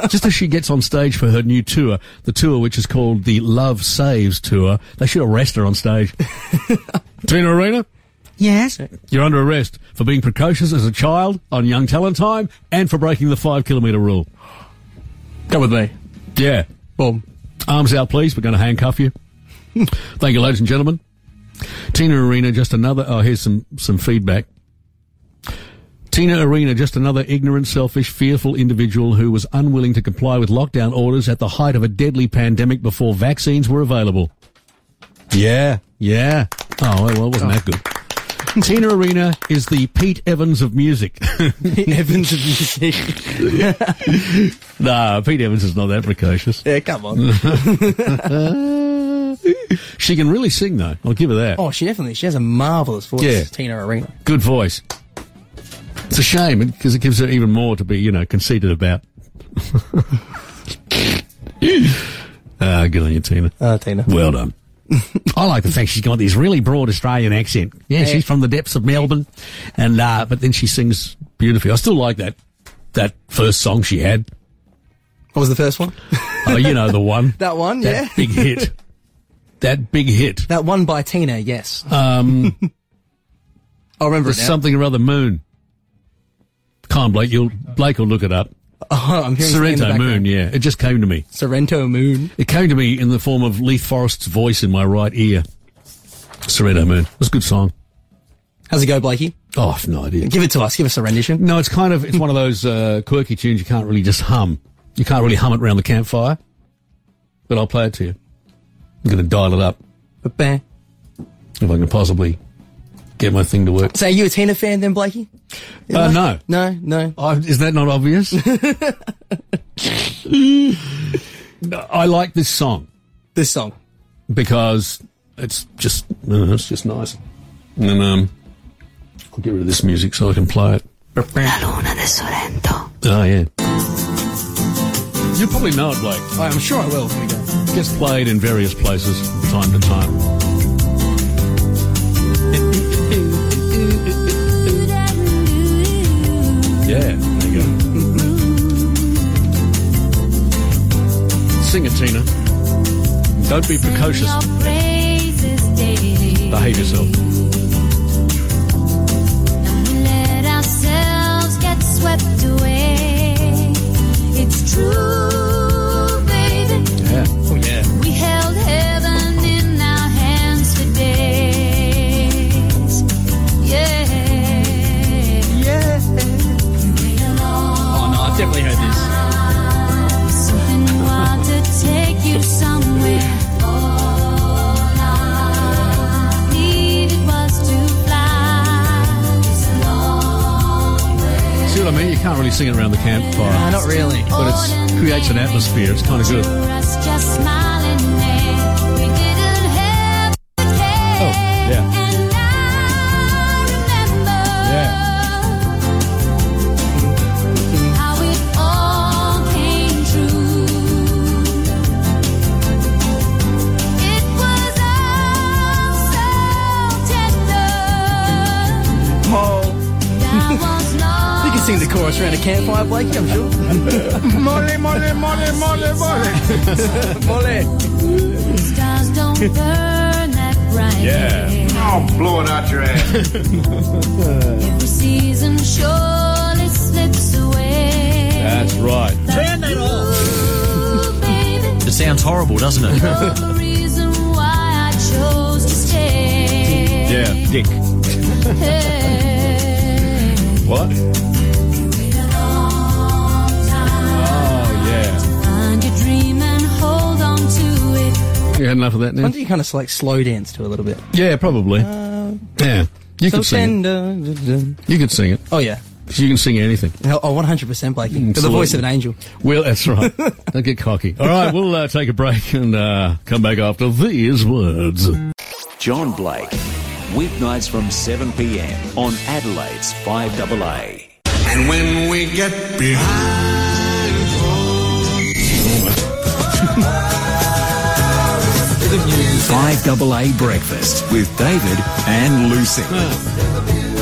S1: Just as she gets on stage for her new tour, the tour which is called the Love Saves Tour, they should arrest her on stage. Tina Arena,
S10: Yes.
S1: you're under arrest for being precocious as a child on Young Talent Time and for breaking the five kilometre rule.
S3: Come with me.
S1: Yeah.
S3: Boom.
S1: Arms out, please. We're going to handcuff
S3: *laughs*
S1: you. Thank you, ladies and gentlemen. Tina Arena, just another. Oh, here's some, some feedback. Tina Arena, just another ignorant, selfish, fearful individual who was unwilling to comply with lockdown orders at the height of a deadly pandemic before vaccines were available. Yeah, yeah. Oh, well, it wasn't that good. Tina Arena is the Pete Evans of music. Pete
S3: Evans of music.
S1: *laughs* nah, Pete Evans is not that precocious.
S3: Yeah, come *laughs* on.
S1: she can really sing, though. I'll give her that.
S3: Oh, she definitely. She has a marvelous voice,
S1: Yeah.
S3: Tina Arena.
S1: Good voice. It's a shame because it gives her even more to be, you know, conceited about. *laughs* Ah, good on you, Tina.
S3: Ah, Tina.
S1: Well done. *laughs* I like the fact she's got this really broad Australian accent. Yeah,
S3: Yeah.
S1: she's from the depths of Melbourne, and uh, but then she sings beautifully. I still like that that first song she had.
S3: What was the first one?
S1: Oh, you know the one
S3: *laughs* That one,
S1: That
S3: yeah.
S1: big hit. That big hit.
S3: That one by Tina, yes.
S1: Um,
S3: *laughs* I remember
S1: there's
S3: it now.
S1: something or other moon. Come on, Blake. You'll Blake will look it up.
S3: Oh, *laughs* I'm hearing something in the
S1: Sorrento
S3: background.
S1: Moon. Yeah, it just came to me.
S3: Sorrento Moon.
S1: It came to me in the form of Leith Forrest's voice in my right ear. Sorrento Moon. It was a good song.
S3: How's it go, Blakey?
S1: Oh, I've no idea.
S3: Give it to us. Give us a rendition.
S1: No, it's kind of it's one of those uh, quirky tunes you can't really just hum. You can't really hum it around the campfire. But I'll play it to you. I'm going to dial it up
S3: Ba-bam.
S1: if I can possibly get my thing to work.
S3: So, are you a Tina fan then, Blakey?
S1: Uh, no,
S3: No, no. Oh,
S1: I, is that not obvious? No, I like this song
S3: This song.
S1: because it's just uh, it's just nice. And then, um, I'll get rid of this music so I can play it. Oh yeah. You probably know it, Blake.
S3: I'm sure I will. Here we go.
S1: gets played in various places from time to time. Yeah, there you go. Sing it, Tina. Don't be precocious. Behave yourself.
S12: Let ourselves get swept away. It's true, baby.
S1: Yeah.
S3: Oh, yeah.
S12: We held heaven in our hands for days. Yeah.
S3: Yeah.
S12: Wait a
S3: Oh, no, I've definitely heard this.
S12: Something wild to take you somewhere. All I needed was to fly. It's a long way.
S1: See what I mean? You can't really sing it around the campfire.
S3: No, not really.
S1: But it creates an atmosphere. It's kind of good. Oh,
S12: For us just smiling there. We didn't have to care.
S1: Oh, *laughs* yeah.
S12: And I remember how it all came true. It was all so tender.
S3: Oh.
S12: I was
S3: You can
S12: lost.
S3: sing the chorus around a campfire, Blakey, I'm sure.
S9: Mole, mole, mole, mole, mole.
S3: Mole.
S12: Stars don't burn that bright.
S9: Oh, blow it out your ass.
S12: Every season surely slips away.
S1: That's right.
S12: Turn that off. baby,
S13: It sounds horrible, doesn't it?
S12: you're the reason why I chose to stay.
S1: Dick.
S12: Hey,
S1: What?
S12: wait a long time.
S1: Oh,
S12: Find your dream and hold on to it.
S1: yeah. You had enough of that
S3: I
S1: now?
S3: wonder you kind of like slow dance to a little bit.
S1: Yeah, probably. yeah. You
S3: so
S1: could sing it.
S3: tender.
S1: You could sing it.
S3: Oh, yeah.
S1: You can sing anything.
S3: Oh, 100% Blakey. Got the
S1: Absolutely.
S3: voice of an angel.
S1: Well, that's right. Don't get cocky. All right, we'll uh, take a break and uh, come back after these words.
S6: John Blake. Weeknights from 7 p.m. on Adelaide's 5AA.
S9: And when we get
S6: *laughs*
S9: behind closed
S13: 5AA Breakfast with David and Lucy.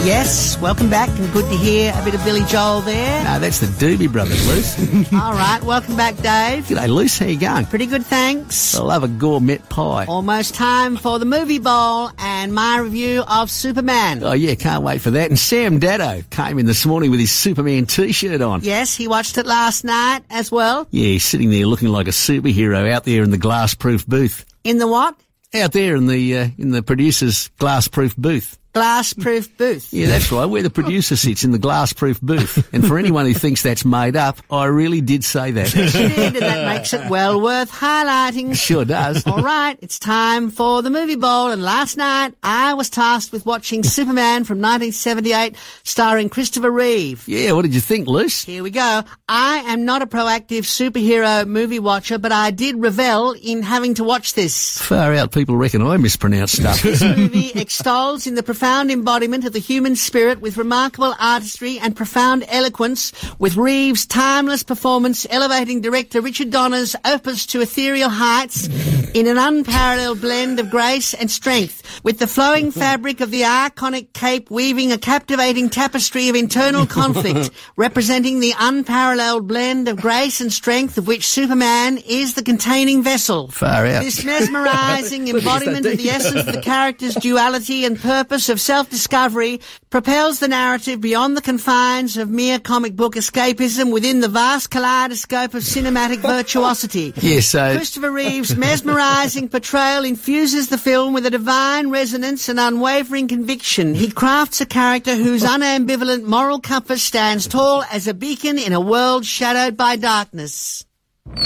S10: Yes, welcome back and good to hear a bit of Billy
S12: *laughs*
S10: Joel there.
S2: No, Ah, that's the Doobie Brothers,
S1: *laughs*
S2: Luce.
S10: All right, welcome back, Dave.
S2: G'day, Luce. How you going?
S10: Pretty good, thanks.
S2: I love a gourmet pie.
S10: Almost time for the movie bowl and my review of Superman.
S2: Oh, yeah, can't wait for that. And Sam Daddo came in this morning with his Superman t-shirt on.
S10: Yes, he watched it last night as well.
S2: Yeah, he's sitting there looking like a superhero out there in the glass-proof booth.
S10: In the what?
S2: Out there in the uh, in the producer's glass-proof booth.
S10: glass-proof booth.
S2: Yeah, that's right. Where the producer sits in the glass-proof booth. And for anyone who thinks that's made up, I really did say
S10: and
S2: that. *laughs*
S10: that makes it well worth highlighting.
S2: Sure does.
S10: All right, it's time for the movie bowl. And last night, I was tasked with watching Superman from 1978, starring Christopher Reeve.
S2: yeah, what did you think, Luce?
S10: Here we go. I am not a proactive superhero movie watcher, but I did revel in having to watch this.
S2: Far out, people reckon I mispronounced stuff.
S10: This movie extols in the profound embodiment of the human spirit with remarkable artistry and profound eloquence, with Reeves' timeless performance elevating director Richard Donner's opus to ethereal heights in an unparalleled blend of grace and strength, with the flowing fabric of the iconic cape weaving a captivating tapestry of internal conflict, representing the unparalleled blend of grace and strength of which Superman is the containing vessel.
S2: Far out.
S10: This mesmerizing
S2: Look, it's that
S10: embodiment of the
S2: deep.
S10: essence of the character's duality and purpose of self-discovery propels the narrative beyond the confines of mere comic book escapism within the vast kaleidoscope of cinematic virtuosity.
S2: Yeah, so-
S10: Christopher Reeve's mesmerizing portrayal infuses the film with a divine resonance and unwavering conviction. He crafts a character whose unambivalent moral compass stands tall as a beacon in a world shadowed by darkness.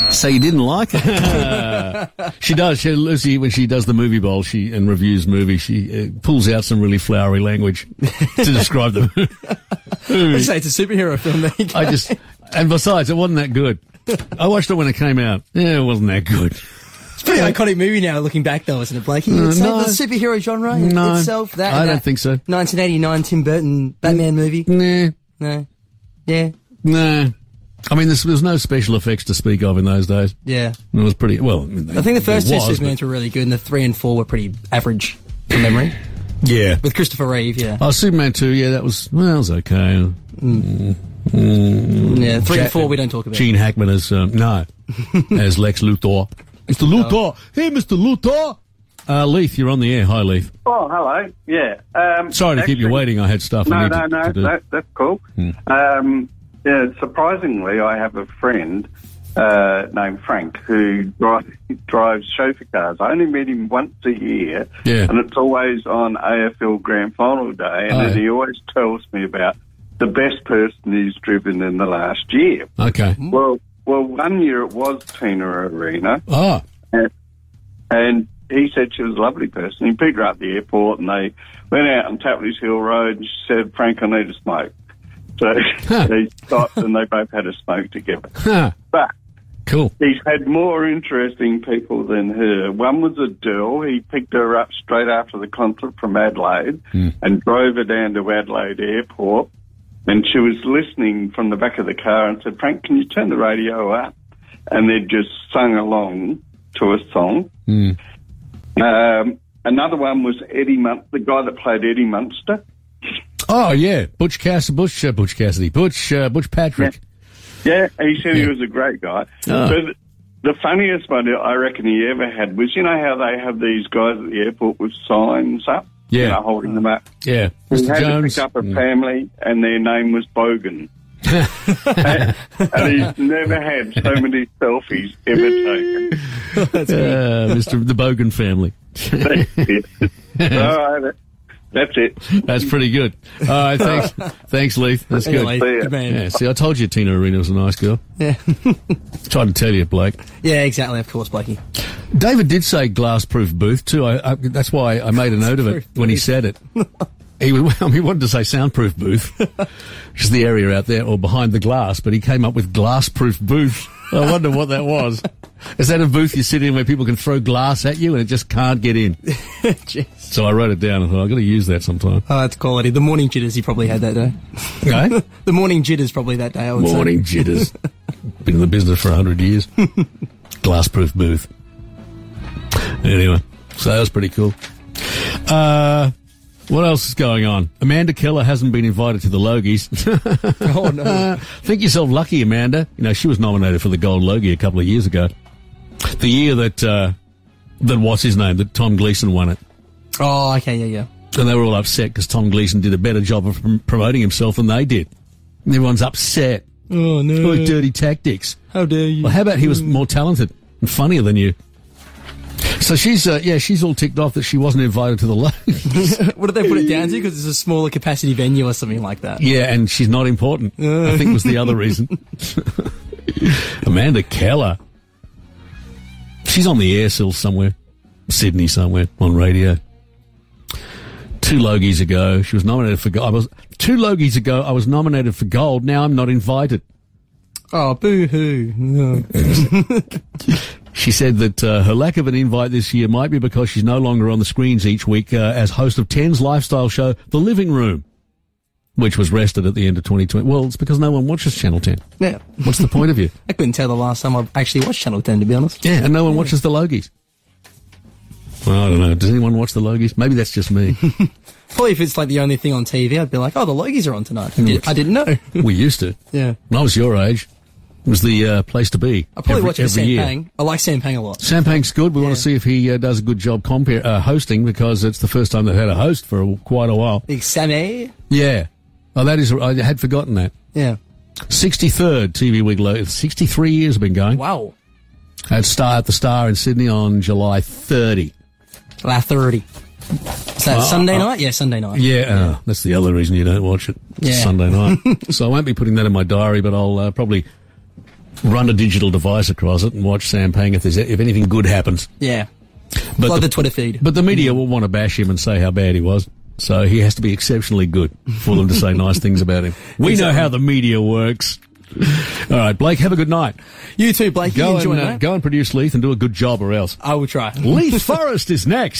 S2: So you didn't like
S1: it? *laughs* she does. She, Lucy, when she does the movie bowl, she and reviews movies, she uh, pulls out some really flowery language
S2: *laughs*
S1: to describe the
S3: I'd
S1: movie.
S3: say it's a superhero film. There you go.
S1: *laughs* I just, and besides, it wasn't that good. I watched it when it came out. Yeah, it wasn't that good.
S3: It's a pretty iconic movie now, looking back though, isn't it, Blakey?
S1: Uh,
S3: It's
S1: no.
S3: not the superhero genre in
S1: No.
S3: itself. That
S1: I
S3: and
S1: don't
S3: that.
S1: think so.
S3: 1989 Tim Burton Batman movie.
S1: Nah.
S3: No. Yeah.
S1: Nah. I mean, this, there was no special effects to speak of in those days.
S3: Yeah.
S1: It was pretty, well, I, mean,
S3: I think the first
S1: it
S3: two
S1: was, but-
S3: Supermans were really good, and the three and four were pretty average from memory.
S1: Yeah.
S3: With Christopher Reeve, yeah.
S1: Oh, Superman 2, yeah, that was, well, that was okay. Mm. Mm.
S3: Yeah, three and four we don't talk about.
S1: Gene Hackman as, um, no, *laughs* as Lex Luthor. Mr. Luthor! Hey, Mr. Luthor! Uh, Leith, you're on the air. Hi, Leith.
S14: Oh, hello. Yeah. Um,
S1: Sorry to keep you
S14: actually-
S1: waiting. I had stuff.
S14: No,
S1: I need
S14: no,
S1: to,
S14: no.
S1: to do.
S14: That, that's cool.
S1: Hmm.
S14: Um, yeah, surprisingly, I have a friend uh, named Frank who dri- drives chauffeur cars. I only meet him once a year,
S1: Yeah.
S14: and it's always on AFL Grand Final day, and
S1: Oh.
S14: then he always tells me about the best person he's driven in the last year.
S1: Okay.
S14: Well, well, one year it was Tina Arena.
S1: Ah.
S14: And, and he said she was a lovely person. He picked her up at the airport and they went out on Tapley's Hill Road and she said, Frank, I need a smoke. So *laughs* they stopped and they both had a smoke together.
S1: Huh.
S14: But
S1: cool.
S14: he's had more interesting people than her. One was a girl. He picked her up straight after the concert from Adelaide and drove her down to Adelaide Airport. And she was listening from the back of the car and said, Frank, can you turn the radio up? And they'd just sung along to a song. Um, another one was Eddie Mun- the guy that played Eddie Munster.
S1: Oh, yeah. Butch Cassidy. Butch, uh, Butch Cassidy. Butch, uh, Butch Patrick.
S14: Yeah, he said he was a great guy.
S1: Ah.
S14: But the funniest one I reckon he ever had was you know how they have these guys at the airport with signs up, you
S1: Yeah.
S14: know, holding them up.
S1: Yeah.
S14: He
S1: Mr.
S14: had
S1: Jones. Mm.
S14: to pick up a family, and their name was
S1: *laughs*
S14: Bogan. and, and he's never had so many selfies ever
S1: *laughs*
S14: taken.
S1: Uh, Mr. The Bogan family. *laughs*
S14: All right, that's it.
S1: That's
S14: *laughs*
S1: pretty good. All right, thanks, thanks, Leith. That's
S3: Thanks, Leith.
S1: good.
S3: Good man.
S1: Yeah, see, I told you Tina Arena was a nice girl.
S3: Yeah. *laughs*
S1: Tried to tell you, Blake.
S3: Yeah, exactly. Of course, Blakey.
S1: David did say glass-proof booth too. I, I, that's why I made a note of it when he said it. He, *laughs* was, well, he wanted to say soundproof booth, which is the area out there or behind the glass, but he came up with glass-proof booth. I wonder what that was. Is that a booth you sit in where people can throw glass at you and it just can't get in? so I wrote it down and thought I've got to use that sometime.
S3: Oh, that's quality. The morning jitters he probably had that day.
S1: Okay.
S3: the morning jitters probably that day. I would say.
S1: Morning jitters. *laughs* Been in the business for 100 *laughs* years. Glass-proof booth. Anyway, so that was pretty cool. Uh, what else is going on? Amanda Keller hasn't been invited to the Logies. *laughs*
S3: *laughs* oh, no.
S1: Think yourself lucky, Amanda. You know, she was nominated for the Gold Logie a couple of years ago. The year that, uh, that what's his name, that Tom Gleason won it.
S3: Oh, okay. Yeah, yeah.
S1: And they were all upset because Tom Gleason did a better job of prom- promoting himself than they did. And everyone's upset.
S3: Oh no.
S1: Oh, dirty tactics.
S3: How dare you?
S1: Well, how about he was more talented and funnier than you? So she's uh, yeah, she's all ticked off that she wasn't invited to the lounge.
S3: what did they put it down to? Because it's a smaller capacity venue or something like
S1: *laughs*
S3: that.
S1: yeah, and she's not important. I think was the other *laughs* reason. Amanda Keller. She's on the air still somewhere, Sydney somewhere on radio. Two logies ago, she was nominated for gold. I was two logies ago. I was nominated for gold. Now I'm not invited.
S3: Oh, boo hoo. No.
S1: She said that uh, her lack of an invite this year might be because she's no longer on the screens each week uh, as host of Ten's lifestyle show, The Living Room, which was rested at the end of 2020. Well, it's because no one watches Channel 10.
S3: Yeah.
S1: What's the point of
S3: *laughs*
S1: you?
S3: I couldn't tell the last time I actually watched Channel 10, to be honest.
S1: Yeah, and no one watches the Logies. Well, I don't know. Does anyone watch the Logies? Maybe that's just
S3: *laughs*
S1: me.
S3: Probably if it's like the only thing on TV, I'd be like, oh, the Logies are on tonight. I,
S1: Yeah.
S3: did, I didn't know.
S1: we used to.
S3: Yeah.
S1: When I was your age, it was the uh, place to be.
S3: I probably
S1: every,
S3: watch it with
S1: every
S3: Sam
S1: year.
S3: Pang. I like Sam Pang a lot.
S1: Sam Pank's good. We want to see if he uh, does a good job compare, uh, hosting because it's the first time they've had a host for a, quite a while.
S3: Like Sam A?
S1: Yeah. Oh, that is. I had forgotten that.
S3: Yeah.
S1: 63rd TV Week Low. 63 years have been going.
S3: Wow.
S1: At Star at the Star in Sydney on July 30.
S3: La 30. Is that
S1: Oh,
S3: Sunday
S1: oh.
S3: night? Yeah, Sunday night.
S1: Yeah, uh, that's the other reason you don't watch it. It's
S3: Yeah.
S1: Sunday night. *laughs* so I won't be putting that in my diary, but I'll uh, probably run a digital device across it and watch Sam Pang if there's if anything good happens.
S3: Yeah.
S1: But
S3: like
S1: the-
S3: the, Twitter feed.
S1: But the media will want to bash him and say how bad he was. So he has to be exceptionally good for them to say nice things about him. We know how the media works. All right, Blake, have a good night.
S3: You too, Blake.
S1: Go
S3: You enjoy,
S1: and, uh,
S3: mate.
S1: go and produce Leith and do a good job, or else.
S3: I will try.
S1: Leith Forrest is next.